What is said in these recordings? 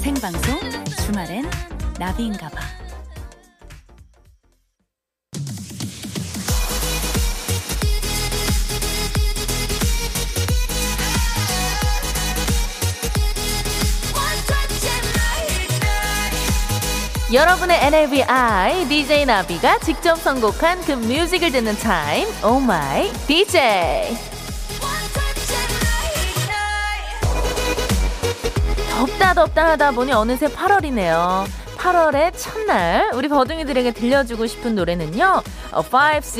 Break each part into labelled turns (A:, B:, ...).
A: 생방송 주말엔 나비인가봐.
B: 여러분의 NABI DJ 나비가 직접 선곡한 그 뮤직을 듣는 타임 오 마이 DJ 덥다 덥다 하다 보니 어느새 8월이네요 8월의 첫날 우리 버둥이들에게 들려주고 싶은 노래는요 어, 5,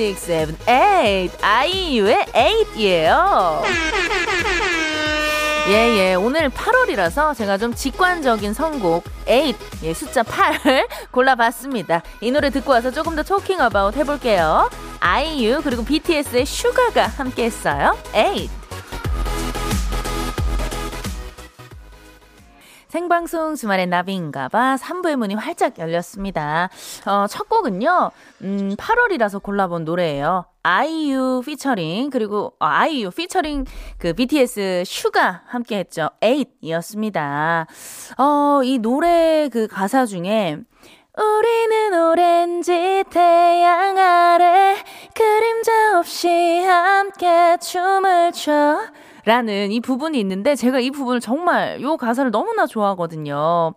B: 6, 7, 8 아이유의 8이에요 예, 예. 오늘 8월이라서 제가 좀 직관적인 선곡 8, 예, 숫자 8 골라봤습니다. 이 노래 듣고 와서 조금 더 토킹 어바웃 해볼게요. 아이유 그리고 BTS의 슈가가 함께 했어요. 8. 생방송 주말의 나비인가봐 3부의 문이 활짝 열렸습니다. 어, 첫 곡은요, 음, 8월이라서 골라본 노래예요. 아이유 피처링 그리고 어, 아이유 피처링 그 BTS 슈가 함께했죠. 8이었습니다. 어, 이 노래 그 가사 중에 우리는 오렌지 태양 아래 그림자 없이 함께 춤을 춰 라는 이 부분이 있는데 제가 이 부분을 정말 요 가사를 너무나 좋아하거든요.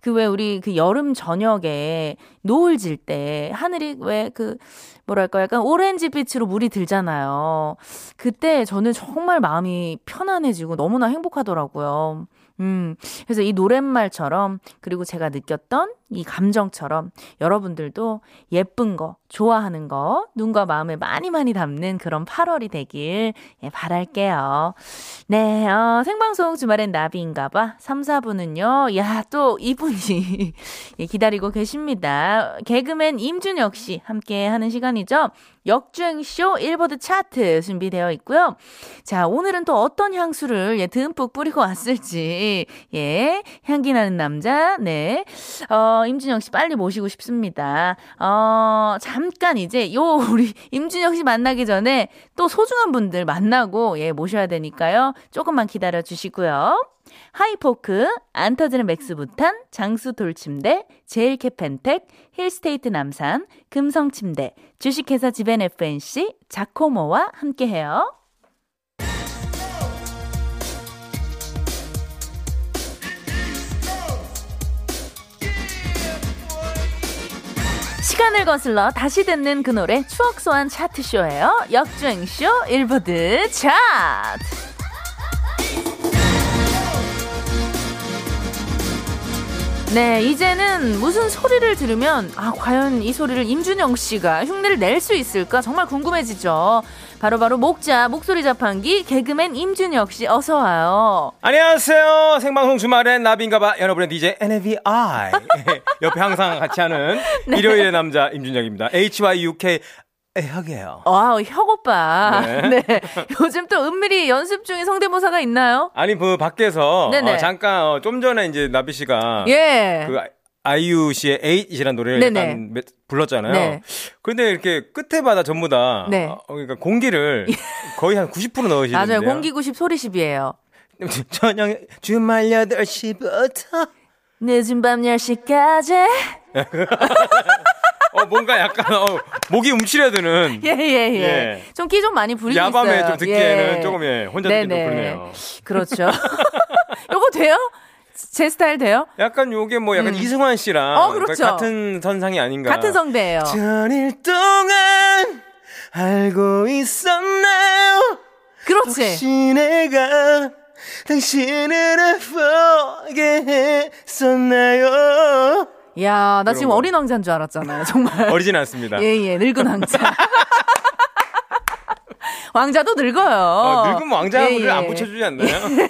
B: 그 왜 우리 그 여름 저녁에 노을 질 때 하늘이 왜 그 뭐랄까 약간 오렌지 빛으로 물이 들잖아요. 그때 저는 정말 마음이 편안해지고 너무나 행복하더라고요. 음, 그래서 이 노랫말처럼 그리고 제가 느꼈던 이 감정처럼 여러분들도 예쁜 거, 좋아하는 거, 눈과 마음에 많이 많이 담는 그런 8월이 되길 예, 바랄게요. 네, 어, 생방송 주말엔 나비인가봐. 3, 4분은요, 야, 또 이분이 예, 기다리고 계십니다. 개그맨 임준혁 씨 함께 하는 시간이죠. 역주행쇼 일보드 차트 준비되어 있고요. 자, 오늘은 또 어떤 향수를 예, 듬뿍 뿌리고 왔을지, 예, 향기 나는 남자, 네. 어, 임준혁 씨 빨리 모시고 싶습니다. 어, 잠깐 이제 요, 우리 임준혁 씨 만나기 전에 또 소중한 분들 만나고, 예, 모셔야 되니까요. 조금만 기다려 주시고요. 하이포크, 안 터지는 맥스부탄, 장수 돌침대, 제일 캐펜텍, 힐스테이트 남산, 금성침대, 주식회사 지벤 FNC, 자코모와 함께해요. 시간을 거슬러 다시 듣는 그 노래 추억 소환 차트쇼예요. 역주행쇼 일보드 차트. 네, 이제는 무슨 소리를 들으면 아 과연 이 소리를 임준영 씨가 흉내를 낼 수 있을까 정말 궁금해지죠. 바로바로 목자 목소리 자판기 개그맨 임준혁 씨 어서 와요.
C: 안녕하세요. 생방송 주말엔 나비인가봐. 여러분의 DJ NABI. 옆에 항상 같이 하는
B: 네.
C: 일요일의 남자 임준혁입니다. HYUK 애혁이에요.
B: 와우 혁 오빠. 네.
C: 네.
B: 요즘 또 은밀히 연습 중인 성대모사가 있나요?
C: 아니, 그 밖에서
B: 네네.
C: 어, 잠깐 어, 좀 전에 이제 나비 씨가
B: 예.
C: 그 아- 아이유 씨의 에잇이라는 노래를
B: 네네.
C: 약간 몇- 불렀잖아요.
B: 네.
C: 그런데 이렇게 끝에 바다 전부 다
B: 네.
C: 어, 그러니까 공기를 거의 한 90%
B: 맞아요.
C: 넣으시는데요.
B: 공기 90 소리 10이에요.
C: 저녁 주말 8시부터
B: 늦은 밤 10시까지.
C: 어, 뭔가 약간 어, 목이 움츠려드는
B: 예, 예, 예.
C: 예.
B: 좀 끼 좀 많이 부리고 있어요.
C: 야밤에 좀 듣기에는
B: 예.
C: 조금 예, 혼자 듣기도
B: 네네.
C: 그러네요.
B: 그렇죠. 요거 돼요? 제 스타일 돼요?
C: 약간 요게 뭐 약간 이승환 씨랑
B: 음. 어, 그렇죠.
C: 같은 선상이 아닌가.
B: 같은 성대예요.
C: 전일 동안 알고 있었나요?
B: 그렇지.
C: 내가 당신을 아프게 했었나요?
B: 야, 나 지금
C: 그런 거.
B: 어린 왕자인 줄 알았잖아요. 정말.
C: 어리진 않습니다.
B: 예, 예. 늙은 왕자. 왕자도 늙어요.
C: 아, 늙은 왕자를
B: 예, 예.
C: 안 붙여주지 않나요?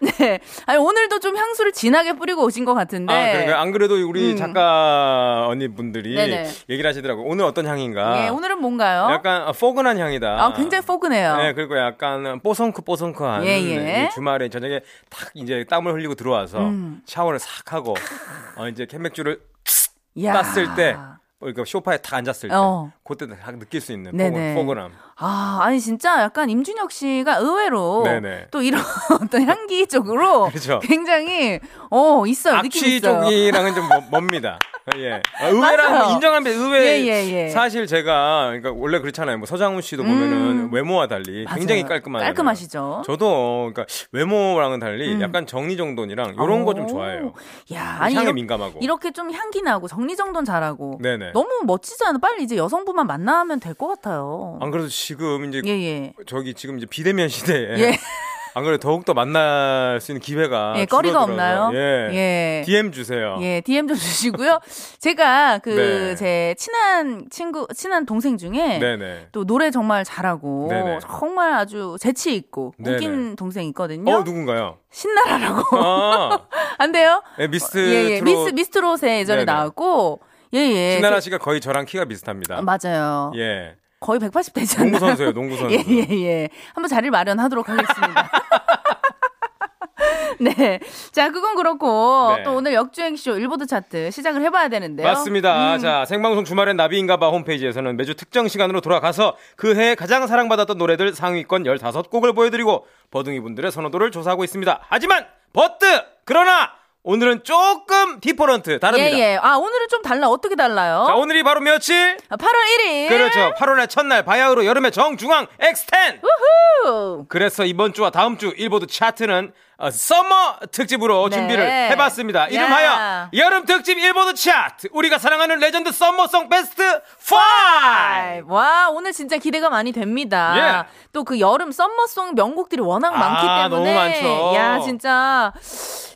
B: 네. 아니, 오늘도 좀 향수를 진하게 뿌리고 오신 것 같은데.
C: 아, 그런가요? 안 그래도 우리 작가 언니분들이
B: 음. 네네.
C: 얘기를 하시더라고요. 오늘 어떤 향인가?
B: 예, 오늘은 뭔가요?
C: 약간 어, 포근한 향이다.
B: 아, 굉장히 포근해요.
C: 네, 그리고 약간 뽀송크 뽀송크한
B: 예, 예.
C: 이 주말에 저녁에 탁 이제 땀을 흘리고
B: 음.
C: 들어와서 샤워를 싹 하고 어, 이제 캔맥주를
B: 야.
C: 땄을 때 그러니까 쇼파에 다 앉았을 때
B: 어.
C: 그때 다 느낄 수 있는
B: 네네.
C: 포근, 포근함.
B: 아, 아니 진짜 약간 임준혁 씨가 의외로
C: 네네.
B: 또 이런 어떤 향기 쪽으로
C: 그렇죠.
B: 굉장히 어 있어요. 느낌
C: 악취
B: 있어요.
C: 쪽이랑은 좀 멀- 멉니다. 예. 아, 의외라는
B: 맞아요.
C: 거 인정합니다. 의외.
B: 예, 예, 예.
C: 사실 제가 그러니까 원래 그렇잖아요. 뭐 서장훈 씨도 보면은 외모와 달리
B: 맞아요.
C: 굉장히 깔끔한
B: 깔끔하시죠.
C: 저도 그러니까 외모랑은 달리 약간 정리정돈이랑 이런 거 좀
B: 오.
C: 좋아해요.
B: 야, 음. 어. 아니
C: 향에
B: 이렇게,
C: 민감하고.
B: 이렇게 좀 향기 나고 정리정돈 잘하고
C: 네네.
B: 너무 멋지지 않아? 빨리 이제 여성분만 만나면 될 것 같아요.
C: 안 그래도 지금 이제
B: 예, 예.
C: 저기 지금 이제 비대면 시대에
B: 예.
C: 안 그래도 더욱 더 만날 수 있는 기회가
B: 예, 거리가
C: 아, 줄어들어서
B: 없나요?
C: 예.
B: 예.
C: DM 주세요.
B: 예, DM 좀 주시고요. 제가 그
C: 어. 네.
B: 제 친한 친구, 친한 동생 중에
C: 네네.
B: 또 노래 정말 잘하고
C: 네네.
B: 정말 아주 재치 있고
C: 네네.
B: 웃긴 동생 있거든요.
C: 어 누군가요?
B: 신나라라고
C: 아,
B: 안 돼요?
C: 네, 미스
B: 예, 예.
C: 트롯
B: 미스 미스트롯에 예전에
C: 네네.
B: 나왔고 예예 그
C: 신나라 씨가 거의 저랑 키가 비슷합니다.
B: 맞아요.
C: 예.
B: 거의 180 되지 않나요?
C: 농구 선수예요, 농구 선수.
B: 예예예. 한번 자리를 마련하도록 하겠습니다. 네. 자, 그건 그렇고
C: 네.
B: 또 오늘 역주행쇼 일보드 차트 시작을 해봐야 되는데요. 음.
C: 맞습니다. 자, 생방송 주말엔 나비인가봐 홈페이지에서는 매주 특정 시간으로 돌아가서 그 해에 가장 사랑받았던 노래들 상위권 15곡을 보여드리고 버둥이 분들의 선호도를 조사하고 있습니다. 하지만 버트! 그러나 오늘은 조금 디퍼런트 다릅니다.
B: 예예. 아 오늘은 좀 달라. 어떻게 달라요?
C: 자, 오늘이 바로 며칠?
B: 아, 8월 1일.
C: 그렇죠. 8월의 첫날 바야흐로 여름의 정중앙 X10.
B: 후.
C: 그래서 이번 주와 다음 주 일보드 차트는 어, 서머 특집으로
B: 네.
C: 준비를 해봤습니다.
B: 야.
C: 이름하여 여름 특집 일보드 차트 우리가 사랑하는 레전드 서머송 베스트 5.
B: 와 오늘 진짜 기대가 많이 됩니다. 또 그 여름 썸머송 명곡들이 워낙
C: 예. 아,
B: 많기 때문에
C: 너무 많죠.
B: 야 진짜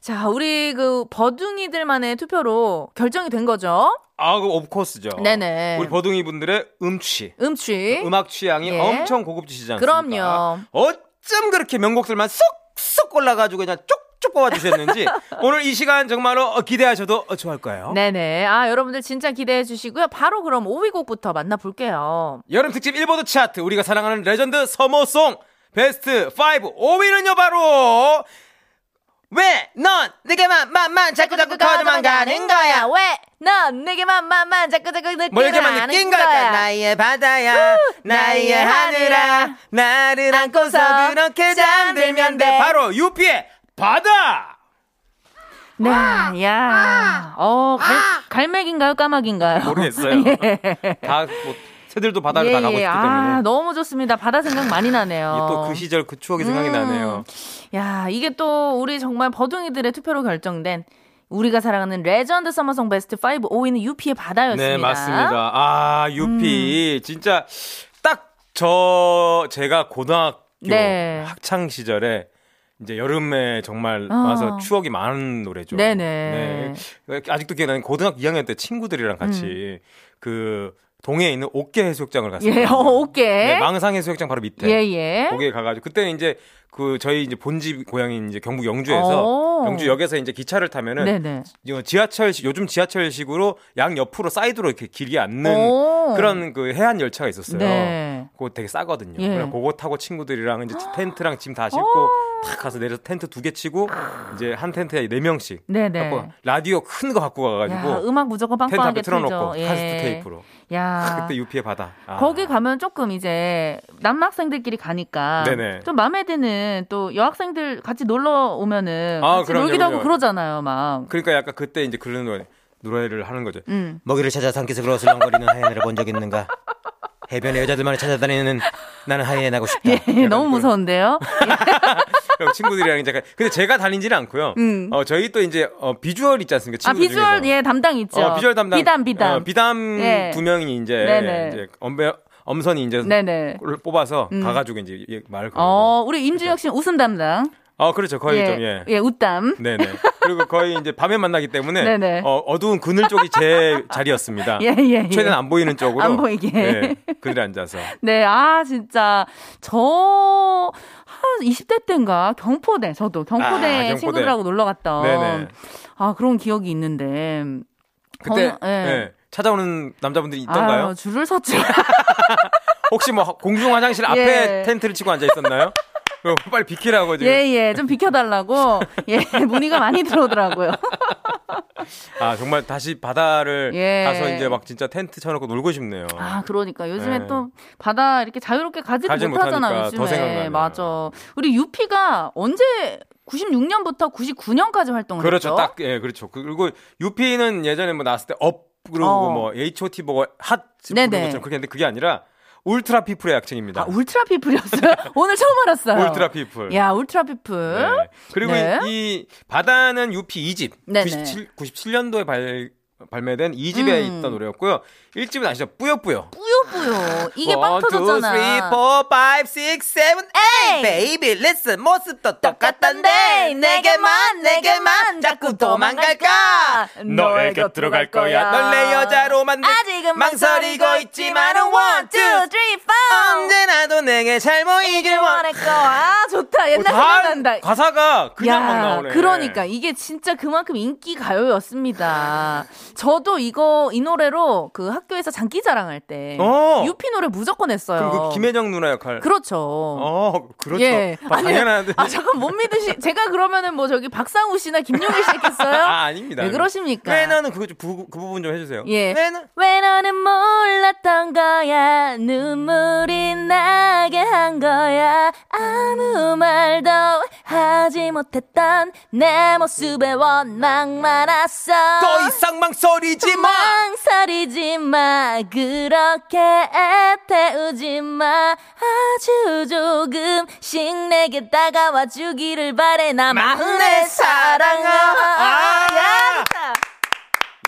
B: 자 우리 그 버둥이들만의 투표로 결정이 된 거죠.
C: 아, 그 옵코스죠.
B: 네네.
C: 우리 버둥이 분들의 음취,
B: 음취
C: 그 음악 취향이
B: 예.
C: 엄청 고급지시지 않습니까?
B: 그럼요.
C: 어쩜 그렇게 명곡들만 쏙쏙 골라가지고 그냥 쭉쭉 뽑아주셨는지 오늘 이 시간 정말로 어, 기대하셔도 어, 좋을 거예요.
B: 네네. 아 여러분들 진짜 기대해 주시고요. 바로 그럼 5위 곡부터 만나볼게요.
C: 여름 특집 일보드 차트 우리가 사랑하는 레전드 서머송 베스트 5 5위는요 바로 왜 넌 내게만 만만 자꾸 자꾸 거짓말 가는 거야
B: 왜 넌 내게만 만만 자꾸 자꾸 느끼는
C: 뭘 이렇게만 느낀 걸까 나의 바다야 나의 하늘아 나를 안고서 그렇게 잠들면 돼 바로 유피의 바다
B: 네, 야, 어, 갈, 갈매기인가요, 까마귀인가요?
C: 모르겠어요 다뭐 새들도 바다를 다 가고 있기
B: 아,
C: 때문에
B: 너무 좋습니다. 바다 생각 많이 나네요.
C: 또 그 시절 그 추억이 생각이
B: 음.
C: 나네요
B: 야, 이게 또 우리 정말 버둥이들의 투표로 결정된 우리가 사랑하는 레전드 서머송 베스트 5 5위는 유피의 바다였습니다. 음.
C: 네, 맞습니다. 아, 유피. 진짜 딱 저 제가 고등학교
B: 네.
C: 학창 시절에 이제 여름에 정말
B: 어.
C: 와서 추억이 많은 노래죠.
B: 네네.
C: 네. 아직도 기억나는 고등학교 2학년 때 친구들이랑 같이 그 동해에 있는 옥계 해수욕장을 갔어요.
B: 음. 예, 어, 옥계.
C: 네, 망상 해수욕장 바로 밑에.
B: 예, 예.
C: 거기에 가가지고 그때는 이제 그 저희 이제 본집 고향인 이제 경북 영주에서
B: 오.
C: 영주역에서 이제 기차를 타면은
B: 어. 네네.
C: 이거 지하철식 요즘 지하철식으로 양 옆으로 사이드로 이렇게 길게
B: 오.
C: 앉는 그런 그 해안 열차가 있었어요.
B: 네.
C: 그거 되게 싸거든요.
B: 예.
C: 그래서 그거 타고 친구들이랑 이제 텐트랑 짐 다 싣고 탁 가서 내려서 텐트 두 개 치고 이제 한 텐트에 네 명씩
B: 네네.
C: 갖고 가- 라디오 큰 거 갖고
B: 야,
C: 가가지고
B: 음악 무조건
C: 텐트
B: 빵빵하게
C: 앞에
B: 틀죠. 예.
C: 틀어놓고 카세트 테이프로
B: 야.
C: 그때 유피의 바다. 아.
B: 거기 가면 조금 이제 남학생들끼리 가니까
C: 네네.
B: 좀 마음에 드는 또 여학생들 같이 놀러 오면은
C: 아,
B: 같이
C: 그럼요,
B: 놀기도 하고
C: 그럼요.
B: 그러잖아요, 막.
C: 그러니까 약간 그때 이제 그런 노래 노래를 하는 거죠.
B: 음.
D: 먹이를 찾아 산기슭으로 슬렁거리는 하이에나를 본 적 있는가? 해변에 여자들만을 찾아다니는 나는 하이에나고 싶다.
C: 네,
B: 예, 너무
C: 그
B: 무서운데요. 아,
C: 그럼 친구들이랑 이제 가- 근데 제가 다니지는 않고요. 어 저희 또 이제 어, 비주얼 있지
B: 음.
C: 않습니까?
B: 아
C: 친구들
B: 비주얼
C: 중에서.
B: 예 담당 있죠.
C: 어, 비주얼 담당.
B: 비담 비담.
C: 어, 비담
B: 예.
C: 두 명이 이제,
B: 네네.
C: 이제 엄배, 엄선이 이제
B: 네네. 음.
C: 골을 뽑아서 가가지고 이제 얘- 말 걸고. 어.
B: 어 우리 임준혁 씨는 웃음 담당.
C: 그렇죠. 거의
B: 예,
C: 좀, 예.
B: 예, 웃담.
C: 네네. 그리고 거의 이제 밤에 만나기 때문에
B: 네네.
C: 어, 어두운 그늘 쪽이 제 자리였습니다.
B: 예, 예, 예.
C: 아. 최대한 안 보이는 쪽으로.
B: 안 보이게.
C: 예, 그늘에 앉아서.
B: 네, 아 진짜 저. 한 20대 때인가 경포대 저도 경포대
C: 아, 경포대.
B: 친구들하고 놀러 갔던
C: 네네.
B: 아 그런 기억이 있는데
C: 그때
B: 거기- 예.
C: 예, 찾아오는 남자분들이 있던가요?
B: 아유, 줄을 섰죠.
C: 혹시 뭐 공중 화장실 앞에
B: 예.
C: 텐트를 치고 앉아 있었나요? 그럼 빨리 비키라고 지금.
B: 예, 예. 좀 비켜달라고. 예, 문의가 많이 들어오더라고요.
C: 아 정말 다시 바다를
B: 예.
C: 가서 이제 막 진짜 텐트 쳐놓고 놀고 싶네요.
B: 아, 그러니까 요즘에
C: 네.
B: 또 바다 이렇게 자유롭게 가지도
C: 가지
B: 못하잖아
C: 못하니까
B: 요즘에.
C: 더 생각나네요.
B: 맞아. 우리 유피가 언제 96년부터 99년까지 활동을
C: 그렇죠.
B: 했죠?
C: 딱 예, 그렇죠. 그리고 유피는 예전에 뭐 나왔을 때 업 그리고
B: 어.
C: 뭐 H.O.T. 뭐핫
B: 네네.
C: 그런 것처럼 그게 근데 그게 아니라 울트라 피플의 약칭입니다.
B: 아, 울트라 피플이었어요? 오늘 처음 알았어요.
C: 트라 피플.
B: 야, 울트라 피플.
C: 네. 그리고
B: 네.
C: 이, 이 바다는 유피 2집
B: 네네.
C: 97 97년도에 발 발매된 2집에
B: 음.
C: 있던 노래였고요. 1집은 아시죠? 뿌요뿌요.
B: 뿌요뿌요. 이게 빵
C: 1, 2, 3,
B: 터졌잖아.
C: 4, 5, 6, 7, 8 Baby listen 모습도 똑같던데 내게만 내게만 자꾸 도망갈까 너의 곁으로 갈 거야 널내 여자로 만들
B: 아직은
C: 망설이고 있지만은 one, two,
B: 3, 4
C: 언제나도 내게 잘 보이길 원해 어,
B: 원할 거야 아, 좋다 옛날 생각난다
C: 가사가 그냥 막 나오네
B: 그러니까 이게 진짜 그만큼 인기 가요였습니다. 저도 이거 이 노래로 그 학교에서 장기자랑할 때
C: 어.
B: 유피 노래 무조건 했어요.
C: 그럼 그 김혜정 누나 역할
B: 렇죠
C: 어 그렇죠
B: 예.
C: 아, 당연한데
B: 아, 잠깐 못 믿으시. 제가 그러면은 뭐 저기 박상우 씨나 김용일 씨 했겠어요?
C: 아, 아닙니다.
B: 왜 그러십니까?
C: 왜 나는 그거 좀 부, 그 부분 좀 해주세요
B: 예.
C: 왜 나-
B: 왜 너는 몰랐던 거야 눈물이 나게 한 거야 아무 말도 하지 못했던 내 모습에 원망 많았어
C: 더 이상 망설이지 마
B: 망설이지 마 그렇게 애태우지 마 아주 조금씩 내게 다가와 주기를 바래 나 막내 사랑아
C: 아.
B: 야 좋다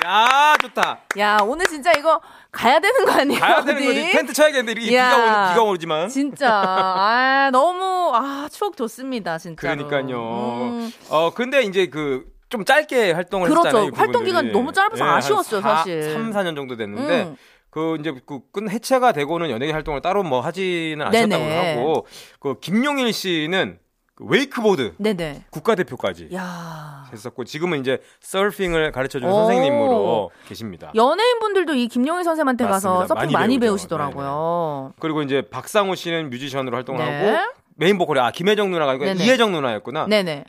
C: 야 좋다
B: 야 오늘 진짜 이거 가야 되는 거 아니에요?
C: 가야 되는
B: 어디?
C: 거지 텐트 쳐야겠는데 이렇게
B: 야.
C: 비가, 오, 비가 오지만
B: 진짜 아 너무 아 추억 좋습니다 음. 진짜.
C: 그러니까요. 어 근데 이제 그 좀 짧게 활동을
B: 그렇죠.
C: 했잖아요. 예,
B: 활동 기간이 너무 짧아서 아쉬웠어요, 사실.
C: 3, 4년 정도 됐는데
B: 음.
C: 그 이제 그끝 해체가 되고는 연예계 활동을 따로 뭐 하지는
B: 네네.
C: 않으셨다고 하고 그 김용일 씨는 그 웨이크보드
B: 네네.
C: 국가대표까지
B: 야
C: 했었고 지금은 이제 서핑을 가르쳐 주는
B: 오.
C: 선생님으로 계십니다.
B: 연예인분들도 이 김용희 선생한테 가서
C: 맞습니다.
B: 서핑 많이,
C: 많이 배우죠.
B: 배우시더라고요.
C: 그리고 이제 박상우 씨는 뮤지션으로 활동을
B: 네.
C: 하고 메인 보컬이 아 김혜정 누나가 아니고
B: 네네.
C: 이혜정 누나였구나.
B: 네네.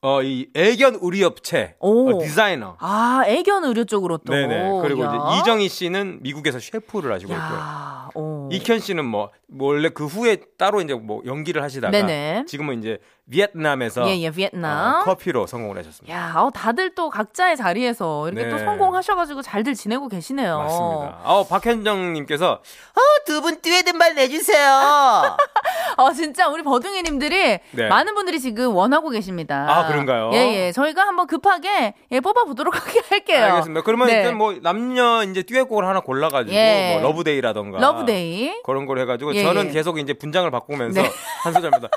C: 어 이 애견 우리 업체
B: 오.
C: 어, 디자이너
B: 아 애견 의료 쪽으로 또.
C: 네네. 그리고
B: 야.
C: 이제 이정희 씨는 미국에서 셰프를 하시고 있고요.
B: 야, 오.
C: 이현 씨는 뭐 원래 그 후에 따로 이제 뭐 연기를 하시다가
B: 네네.
C: 지금은 이제 비et남에서
B: 예예
C: 어,
B: 비엔나.
C: 커피로 성공을 하셨습니다.
B: 야, 어, 다들 또 각자의 자리에서 이렇게
C: 네.
B: 또 성공하셔가지고 잘들 지내고 계시네요.
C: 맞습니다. 어 박현정님께서
D: 두 분 듀엣음반 내주세요.
B: 어, 진짜 우리 버둥이님들이
C: 네.
B: 많은 분들이 지금 원하고 계십니다.
C: 아, 그런가요?
B: 예, 예. 저희가 한번 급하게 예, 뽑아보도록 하게 할게요.
C: 알겠습니다. 그러면
B: 네.
C: 일단 뭐 남녀 이제 듀엣곡을 하나 골라가지고
B: 예.
C: 뭐 러브데이라던가
B: 러브데이.
C: 그런 걸 해가지고
B: 예,
C: 저는
B: 예.
C: 계속 이제 분장을 바꾸면서
B: 네.
C: 한 소절마다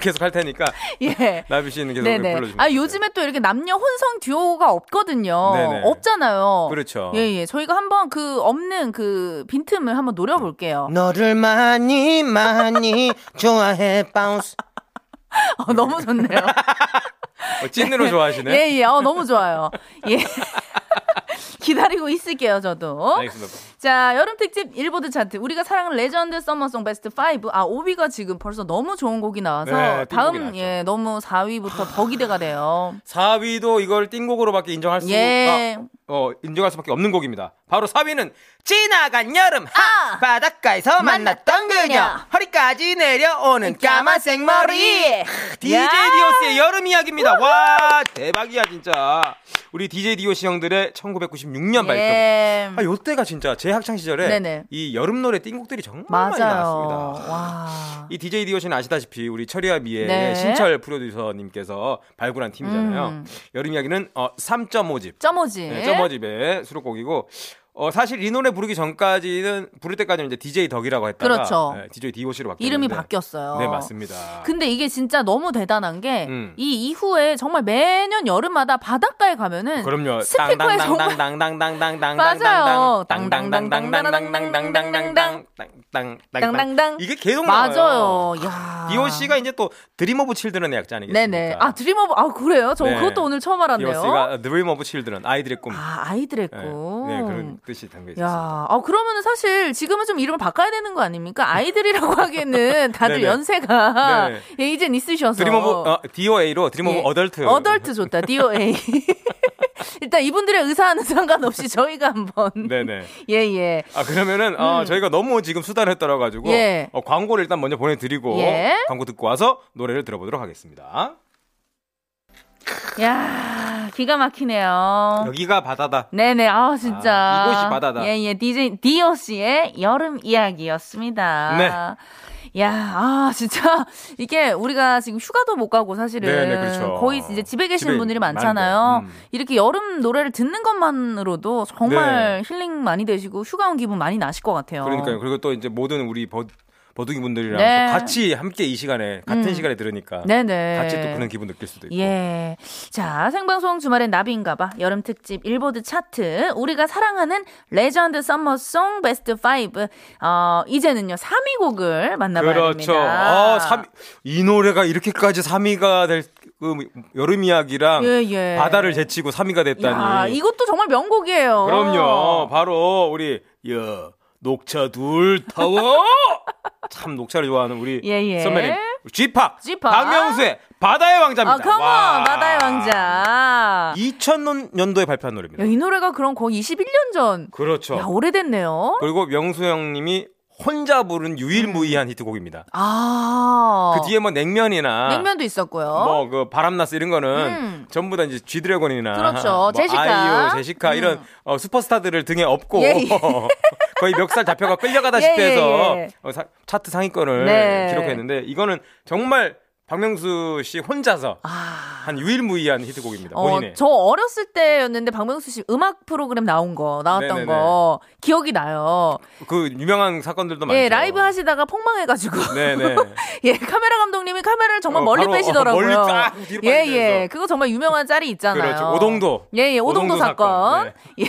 C: 계속 할 테니까
B: 예.
C: 나비 씨는 계속
B: 네네.
C: 불러주면
B: 아, 요즘에 또 이렇게 남녀 혼성 듀오가 없거든요.
C: 네네.
B: 없잖아요.
C: 그렇죠.
B: 예, 예. 저희가 한번 그 없는 그 빈틈을 한번 노려볼게요.
C: 음.
D: 너를 많이 많이 좋아해 바운스.
B: 어, 너무 좋네요.
C: 어, 찐으로 좋아하시네.
B: 예, 예. 어, 너무 좋아요. 예. 기다리고 있을게요, 저도.
C: 알겠습니다.
B: 자, 여름 특집 일보드 차트. 우리가 사랑하는 레전드 서머송 베스트 5. 아, 5위가 지금 벌써 너무 좋은 곡이 나와서
C: 네, 띵곡이
B: 다음
C: 나왔죠.
B: 예, 너무 4위부터 더 기대가 돼요.
C: 4위도 이걸 띵곡으로밖에 인정할 수
B: 예.
C: 아, 어, 인정할 수밖에 없는 곡입니다. 바로 4위는 지나간 여름 하
B: 아!
D: 바닷가에서 만났던
B: 만났던
D: 그녀
B: 그녀.
D: 허리까지 내려오는 까만 생머리
C: DJ 디오스의 여름 이야기입니다. 와 대박이야 진짜. 우리 DJ 디오스 형들의 1996년 발표.
B: 예.
C: 아 요때가 진짜 제 학창 시절에
B: 네네.
C: 이 여름 노래 띵곡들이 정말 많이
B: 맞아요.
C: 나왔습니다.
B: 와.
C: 이 DJ 디오씨는 아시다시피 우리 철이와 미의
B: 네.
C: 신철 프로듀서님께서 발굴한 팀이잖아요.
B: 음.
C: 여름 이야기는 어, 3.5집.
B: 점오지.
C: 네, 점머집의 수록곡이고 어, 사실 이 노래 부르기 전까지는 부를 때까지는 이제 DJ 덕이라고 했다가
B: 그렇죠.
C: 네, DJ DOC로 바뀌었는데
B: 이름이 바뀌었어요.
C: 네, 맞습니다.
B: 근데 이게 진짜 너무 대단한 게 이
C: 음.
B: 이후에 정말 매년 여름마다 바닷가에 가면은
C: 그럼요.
B: 스피커에 정말 맞아요.
C: 땅땅땅땅땅땅땅땅땅땅땅땅땅땅땅땅땅땅땅땅땅땅땅땅땅 이게 계속 나와요.
B: 맞아요. 야.
C: DOC가 이제 또 드림 오브 칠드런의 약자 아니겠습니까?
B: 네네. 아 드림 오브 아 그래요? 저
C: 네.
B: 그것도 오늘 처음 알았네요.
C: DOC가 드림 오브 칠드런 아이들의 꿈.
B: 아 아이들의
C: 네,
B: 꿈.
C: 네, 그런 뜻이 담겨
B: 야,
C: 있어요.
B: 아 그러면은 사실 지금은 좀 이름을 바꿔야 되는 거 아닙니까? 아이들이라고 하기에는 다들
C: 네네.
B: 연세가
C: 네네.
B: 예, 이젠 있으셔서.
C: 어,
B: 예.
C: 드림 오브 어, DOA로 드림 오브 어덜트.
B: 어덜트 좋다. DOA. 일단 이분들의 의사와는 상관없이 저희가 한번
C: 네네.
B: 예예
C: 아 그러면은 어, 저희가 너무 지금 수다를 떨어가지고
B: 음. 예.
C: 어, 광고를 일단 먼저 보내드리고
B: 예.
C: 광고 듣고 와서 노래를 들어보도록 하겠습니다.
B: 야 기가 막히네요.
C: 여기가 바다다.
B: 네네 아 진짜
C: 아, 이곳이 바다다.
B: 예예 DJ 디오 씨의 여름 이야기였습니다.
C: 네.
B: 야, 아, 진짜, 이게 우리가 지금 휴가도 못 가고 사실은
C: 네네, 그렇죠.
B: 거의 이제 집에 계시는
C: 집에
B: 분들이
C: 많은데,
B: 많잖아요.
C: 음.
B: 이렇게 여름 노래를 듣는 것만으로도 정말 힐링 많이 되시고 휴가 온 기분 많이 나실 것 같아요.
C: 네. 그러니까요. 그리고 또 이제 모든 우리 버, 버둥이 분들이랑
B: 네. 음.
C: 또 같이 함께 이 시간에 같은 시간에 들으니까
B: 네네.
C: 같이 또 그런 기분 느낄 수도 있고.
B: 예. 자, 생방송 주말엔 나비인가봐. 여름 특집 일보드 차트. 우리가 사랑하는 레전드 썸머송 베스트 5. 어, 이제는요, 3위 곡을 만나봐야
C: 그렇죠.
B: 됩니다.
C: 아, 삼이 노래가 이렇게까지 3위가 될, 그, 여름 이야기랑
B: 예, 예.
C: 바다를 제치고 3위가 됐다니.
B: 야, 이것도 정말 명곡이에요.
C: 그럼요. 바로 우리, 여, 녹차 둘 타워! 참 녹차를 좋아하는 우리
B: 예, 예.
C: 선배님. 쥐팍!
B: G팍.
C: 박명수의 바다의
B: 아,
C: 왕자입니다.
B: 컴온!
C: 와.
B: 바다의 왕자.
C: 2000년도에 발표한 노래입니다.
B: 야, 이 노래가 그럼 거의 21년 전.
C: 그렇죠.
B: 야, 오래됐네요.
C: 그리고 명수 형님이 혼자 부른 유일무이한 히트곡입니다.
B: 아.
C: 그 뒤에 뭐 냉면이나
B: 냉면도 있었고요.
C: 뭐 그 바람나스 이런 거는
B: 어? 음.
C: 전부 다 이제 쥐드래곤이나
B: 그렇죠.
C: 뭐
B: 제시카. 음.
C: 아이유 제시카 이런 어, 슈퍼스타들을 등에 업고
B: 예, 예.
C: 거의 멱살 잡혀가 끌려가다시피
B: 예, 예,
C: 해서
B: 예.
C: 어, 사- 차트 상위권을
B: 네.
C: 기록했는데 이거는 정말 박명수 씨 혼자서
B: 아.
C: 한 유일무이한 히트곡입니다.
B: 어,
C: 그러니까 본인의
B: 저 어렸을 때였는데 박명수 씨 음악 프로그램 나온 거 나왔던
C: 네네네.
B: 거 기억이 나요.
C: 그 유명한 사건들도 많죠.
B: 예, 라이브 하시다가 폭망해가지고.
C: 네네.
B: 예, 카메라 감독님이 카메라를 정말
C: 어,
B: 멀리
C: 바로,
B: 빼시더라고요.
C: 어, 멀리 쫙 뒤로
B: 예,
C: 빠지면서.
B: 예. 그거 정말 유명한 짤이 있잖아요.
C: 그렇죠. 오동도.
B: 예, 예. 오동도,
C: 오동도
B: 사건.
C: 사건. 네.
B: 예.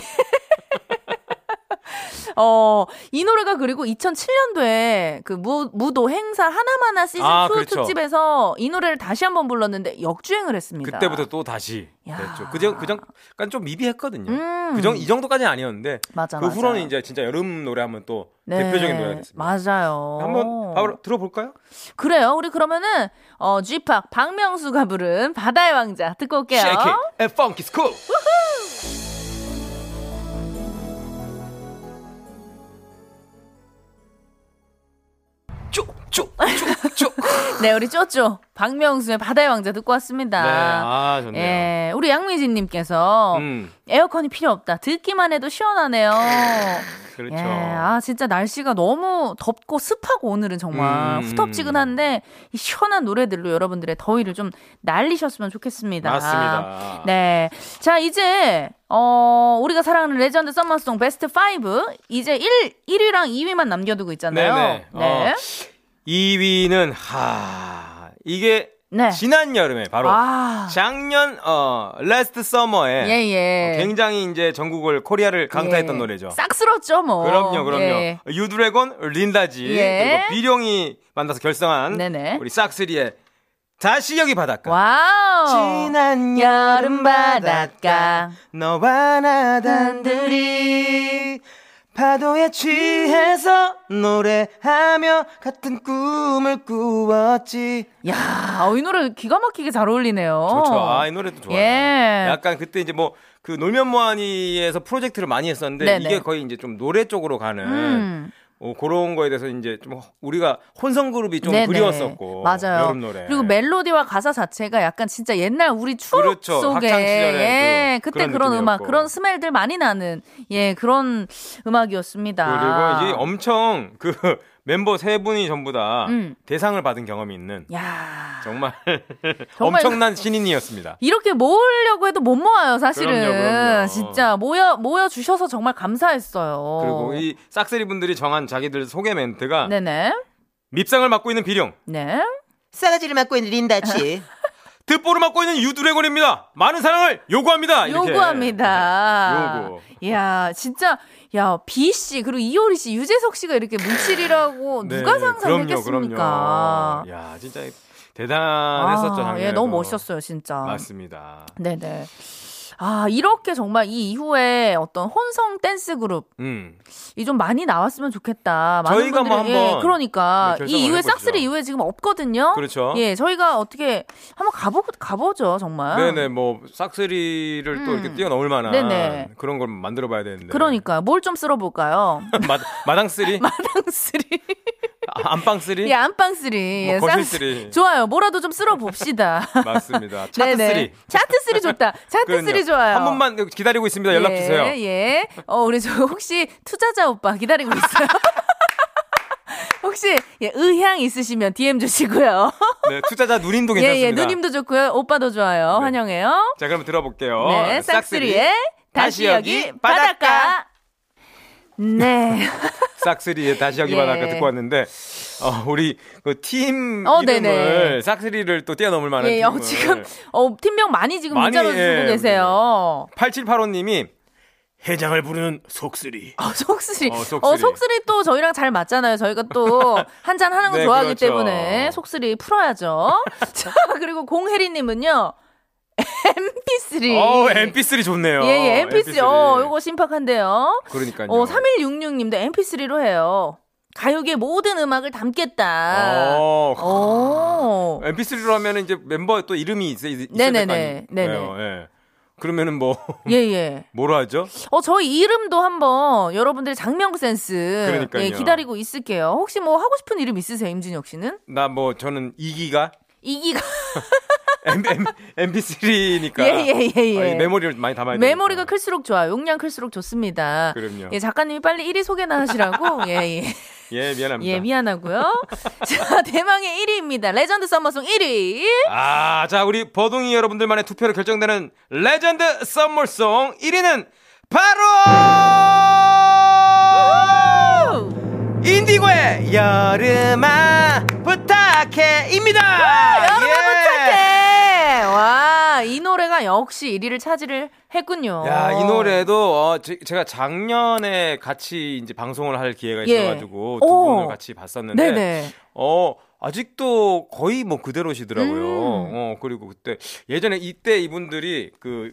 B: 어, 이 노래가 그리고 2007년도에 그 무, 무도 행사 하나마나 시즌2
C: 아, 그렇죠.
B: 특집에서 이 노래를 다시 한번 불렀는데 역주행을 했습니다.
C: 그때부터 또 다시
B: 야.
C: 됐죠. 그저 그전까지 그러니까 좀 미비했거든요.
B: 음.
C: 그정 이 정도까지는 아니었는데
B: 맞아,
C: 그
B: 맞아. 네.
C: 후로는 이제 진짜 여름 노래 하면 또 대표적인 노래가 됐습니다.
B: 맞아요.
C: 한번 바로 들어볼까요?
B: 그래요. 우리 그러면은 어 쥐팍 박명수가 부른 바다의 왕자 듣고 올게요.
C: Shake it and funky school. 쭉쭉쭉쭉.
B: 네, 우리 쪼쪼 박명수의 바다의 왕자 듣고
C: 네,
B: 왔습니다.
C: 아 좋네요.
B: 예, 어. 우리 양미진님께서
C: 음,
B: 에어컨이 필요 없다. 듣기만 해도 시원하네요.
C: 그렇죠.
B: 예, 아 진짜 날씨가 너무 덥고 습하고 오늘은 정말
C: 음, 음.
B: 후텁지근한데 이 시원한 노래들로 여러분들의 더위를 좀 날리셨으면 좋겠습니다.
C: 맞습니다.
B: 네. 자, 이제, 어, 우리가 사랑하는 레전드 썸머송 베스트 5. 이제 1, 1위랑 2위만 남겨두고 있잖아요.
C: 네네.
B: 네.
C: 어, 2위는 하 이게
B: 네.
C: 지난 여름에 바로
B: 아.
C: 작년 어 레스트 서머에
B: 예, 예.
C: 어, 굉장히 이제 전국을 코리아를 강타했던
B: 예.
C: 노래죠.
B: 싹 쓸었죠, 뭐.
C: 그럼요, 그럼요.
B: 예.
C: 유드래곤, 린다지
B: 예.
C: 그리고 비룡이 만나서 결성한
B: 네네.
C: 우리 싹스리의 다시 여기 바닷가.
B: 와우.
D: 지난
B: 여름 바닷가.
D: 너와 나 단둘이 파도에 취해서 노래하며 같은 꿈을 꾸었지.
B: 야, 어, 이 노래 기가 막히게 잘 어울리네요.
C: 좋죠. 아, 이 노래도 좋아요.
B: 예.
C: 약간 그때 이제 뭐 그 놀면 뭐하니에서 프로젝트를 많이 했었는데
B: 네네.
C: 이게 거의 이제 좀 노래 쪽으로 가는
B: 음.
C: 어, 그런 거에 대해서 이제 좀 우리가 혼성 그룹이 좀
B: 네네.
C: 그리웠었고
B: 맞아요.
C: 여름 노래
B: 그리고 멜로디와 가사 자체가 약간 진짜 옛날 우리 추억
C: 그렇죠.
B: 속에
C: 학창 시절의
B: 예,
C: 그-
B: 그때
C: 그런
B: 그런 음악,
C: 느낌이었고.
B: 그런 스멜들 많이 나는 예 그런 음악이었습니다.
C: 그리고 이제 엄청 그 멤버 세 분이 전부 다
B: 음.
C: 대상을 받은 경험이 있는
B: 야
C: 정말,
B: 정말
C: 엄청난 신인이었습니다.
B: 이렇게 모으려고 해도 못 모아요 사실은
C: 그럼요, 그럼요.
B: 진짜 모여 모여 주셔서 정말 감사했어요.
C: 그리고 이 싹쓸이 분들이 정한 자기들 소개 멘트가
B: 네네
C: 밉상을 맡고 있는 비룡,
B: 네
D: 싸가지를 맡고 있는 린다치.
C: 듣보를 맡고 있는 유드래곤입니다. 많은 사랑을 요구합니다. 이렇게.
B: 요구합니다.
C: 요구.
B: 야 진짜 야비 씨, 그리고 이효리 씨, 유재석 씨가 이렇게 물질이라고
C: 네,
B: 어, 누가 아,
C: 그럼요,
B: 상상했겠습니까?
C: 그럼요. 야, 진짜 대단했었죠.
B: 아,
C: 작년에도.
B: 예, 너무 멋있었어요, 진짜.
C: 맞습니다.
B: 네네. 아, 이렇게 정말 이 이후에 어떤 혼성 댄스 그룹
C: 음.
B: 이 좀 많이 나왔으면 좋겠다. 많은
C: 저희가 뭐
B: 분들이- 예,
C: 한번
B: 그러니까
C: 네, 결정을
B: 이 이후에
C: 해보시죠.
B: 싹쓸이 이후에 지금 없거든요.
C: 그렇죠.
B: 예, 저희가 어떻게 한번 가보 가보죠, 정말.
C: 네네 뭐 싹쓸이를 또 이렇게 뛰어넘을 만한
B: 아. 음. 네네.
C: 그런 걸 만들어봐야 되는데.
B: 그러니까 뭘 좀 쓸어볼까요?
C: 마, 마당 쓰리,
B: 마당쓰리,
C: 아, 안방 쓰리.
B: 예, 안방쓰리,
C: 뭐
B: 예,
C: 거실
B: 쌍쓰리.
C: 쓰리.
B: 좋아요. 뭐라도 좀 쓸어봅시다.
C: 맞습니다. 차트
B: 네네.
C: 쓰리.
B: 차트 쓰리 좋다. 차트 쓰리 좋아요.
C: 한 번만 기다리고 있습니다. 연락
B: 예,
C: 주세요.
B: 예. 어, 우리 저 혹시 투자자 오빠 기다리고 있어요. 혹시 예, 의향 있으시면 DM 주시고요.
C: 네, 투자자 누님도
B: 예,
C: 괜찮습니다.
B: 예. 누님도 좋고요. 오빠도 좋아요.
C: 네.
B: 환영해요.
C: 자, 그럼 들어볼게요.
B: 네, 싹쓰리의 다시 여기 바닷가. 네.
C: 싹쓰리의 다시 여기
B: 예.
C: 바닷가 듣고 왔는데 어, 우리 그 팀
B: 어,
C: 이름을
B: 네네.
C: 싹쓰리를 또 뛰어넘을 만한
B: 예, 어,
C: 팀을
B: 지금 어, 팀명 많이 지금
C: 네. 많이,
B: 문자로 주고
C: 예,
B: 계세요.
C: 8785님이
D: 해장을 부르는 속쓰리.
B: 어, 속쓰리.
C: 어,
B: 어,
C: 속쓰리.
B: 속쓰리. 또 저희랑 잘 맞잖아요. 저희가 또 한잔 하는 거
C: 네,
B: 좋아하기
C: 그렇죠.
B: 때문에 속쓰리 풀어야죠. 자, 그리고 공혜리님은요. MP3.
C: 어 MP3 좋네요.
B: 예, 예, MP3. 어, 요거 심박한데요.
C: 그러니까요.
B: 어, 3166님도 MP3로 해요. 가요계 모든 음악을 담겠다.
C: 어,
B: 오.
C: MP3로 하면 이제 멤버 또 이름이 있어 있- 있어야 될거
B: 네네네.
C: 아니에요.
B: 네네.
C: 예. 그러면은 뭐
B: 예, 예.
C: 뭐로 하죠?
B: 어, 저희 이름도 한번 여러분들의 장명 센스.
C: 그러니까요.
B: 예, 기다리고 있을게요. 혹시 뭐 하고 싶은 이름 있으세요, 임진혁 씨는?
C: 나 뭐 저는 이기가
B: 이기가.
C: M, M, MP3니까
B: 예, 예, 예, 예.
C: 메모리를 많이 담아야 돼요.
B: 메모리가 클수록 좋아요. 용량 클수록 좋습니다.
C: 그럼요.
B: 예, 작가님이 빨리 1위 소개나 하시라고. 예, 예.
C: 예, 미안합니다.
B: 예, 미안하고요. 자, 대망의 1위입니다. 레전드 썸머송 1위.
C: 아, 자, 우리 버둥이 여러분들만의 투표로 결정되는 레전드 썸머송 1위는 바로 인디고의 여름아 부탁해입니다.
B: 여러분
C: 아,
B: 부탁해.
C: 예.
B: 와, 이 노래가 역시 1위를 차지를 했군요.
C: 야, 이 노래도 어, 제, 가 작년에 같이 이제 방송을 할 기회가
B: 예.
C: 있어가지고 두
B: 오.
C: 분을 같이 봤었는데
B: 네네.
C: 어, 아직도 거의 뭐 그대로시더라고요.
B: 음.
C: 어, 그리고 그때 예전에 이때 이분들이 그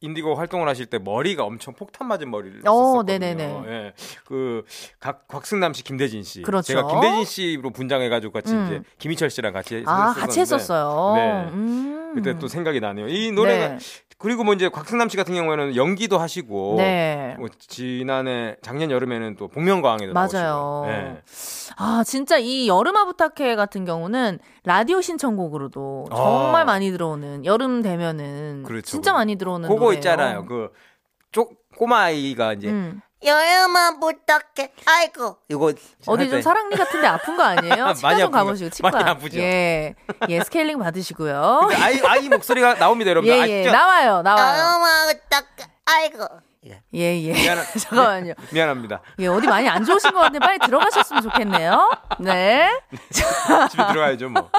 C: 인디고 활동을 하실 때 머리가 엄청 폭탄 맞은 머리를
B: 어,
C: 썼었거든요.
B: 네네네.
C: 예. 그 각, 곽승남 씨, 김대진 씨.
B: 그렇죠.
C: 제가 김대진 씨로 분장해 가지고 같이
B: 음.
C: 이제 김희철 씨랑 같이
B: 아,
C: 했었는데
B: 같이 했었어요.
C: 네.
B: 음.
C: 그때 또 생각이 나네요. 이 노래가
B: 네.
C: 그리고 뭐 이제 곽승남 씨 같은 경우에는 연기도 하시고
B: 네.
C: 뭐 지난해 작년 여름에는 또 복면가왕에도
B: 맞아요.
C: 나오시고. 예.
B: 아, 진짜 이 여름아 부탁해 같은 경우는 라디오 신청곡으로도
C: 아.
B: 정말 많이 들어오는 여름 되면은
C: 그렇죠.
B: 진짜 많이 들어오는
C: 그거 예.
B: 노래예요.
C: 있잖아요. 그 쪼, 꼬마 아이가 이제
B: 음.
E: 여유만 부탁해. 아이고.
D: 이거
B: 어디 좀 사랑니 같은데 아픈 거 아니에요? 치과
C: 많이
B: 좀
C: 아픈
B: 가보시고
C: 거-
B: 치과.
C: 많이 아프죠.
B: 예, 예 스케일링 받으시고요.
C: 근데 아이 아이 목소리가 나옵니다, 여러분.
B: 예,
C: 들 아,
B: 예, 나와요,
D: 어.
B: 나와요.
E: 여유만 부탁해. 아이고.
B: 예, 예.
C: 미안하-
B: 잠깐만요.
C: 미안합니다.
B: 예, 어디 많이 안 좋으신 것 같은데 빨리 들어가셨으면 좋겠네요. 네.
C: 집에 들어가야죠, 뭐.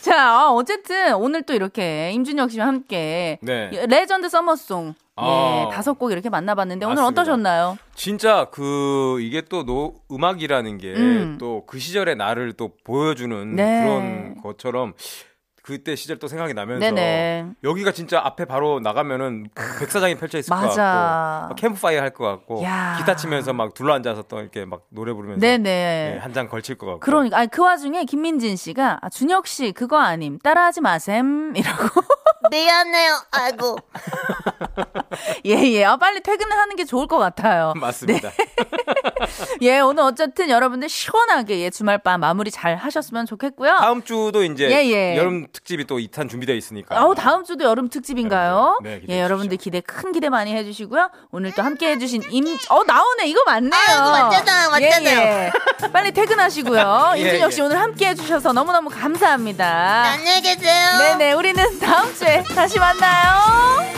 B: 자, 어, 어쨌든 오늘 또 이렇게 임준혁 씨와 함께
C: 네.
B: 레전드 서머송
C: 아.
B: 예, 다섯 곡 이렇게 만나봤는데 오늘
C: 맞습니다.
B: 어떠셨나요?
C: 진짜 그 이게 또 노, 음악이라는 게 또
B: 음.
C: 그 시절의 나를 또 보여주는
B: 네.
C: 그런 것처럼 그때 시절 또 생각이 나면서
B: 네네.
C: 여기가 진짜 앞에 바로 나가면은 백사장이 펼쳐 있을 것
B: 맞아.
C: 같고 막 캠프파이어 할 것 같고
B: 야.
C: 기타 치면서 막 둘러앉아서 또 이렇게 막 노래 부르면서
B: 네네.
C: 예, 한장 걸칠 것 같고
B: 그러니까 아니 그 와중에 김민진 씨가 아, 준혁 씨 그거 아님 따라하지 마셈이라고
E: 미안해요. 아이고.
B: 예예 아 빨리 퇴근을 하는 게 좋을 것 같아요.
C: 맞습니다.
B: 네. 예 오늘 어쨌든 여러분들 시원하게 예 주말 밤 마무리 잘 하셨으면 좋겠고요.
C: 다음 주도 이제
B: 아. 예, 예.
C: 여름 특집이 또 2탄 준비되어 있으니까.
B: 아우 다음 주도 여름 특집인가요?
C: 네, 기대해
B: 예 여러분들 기대 큰 기대 많이 해주시고요. 오늘 또 함께 해주신 임 어 나오네 이거 맞네요.
E: 아이고, 맞잖아요, 맞잖아요.
B: 예, 예. 빨리 퇴근하시고요.
C: 예,
B: 임준혁 씨
C: 예.
B: 오늘 함께 해주셔서
D: 아.
B: 너무너무 감사합니다.
D: 네,
E: 안녕히 계세요.
B: 네네 우리는 다음 주에 다시 만나요.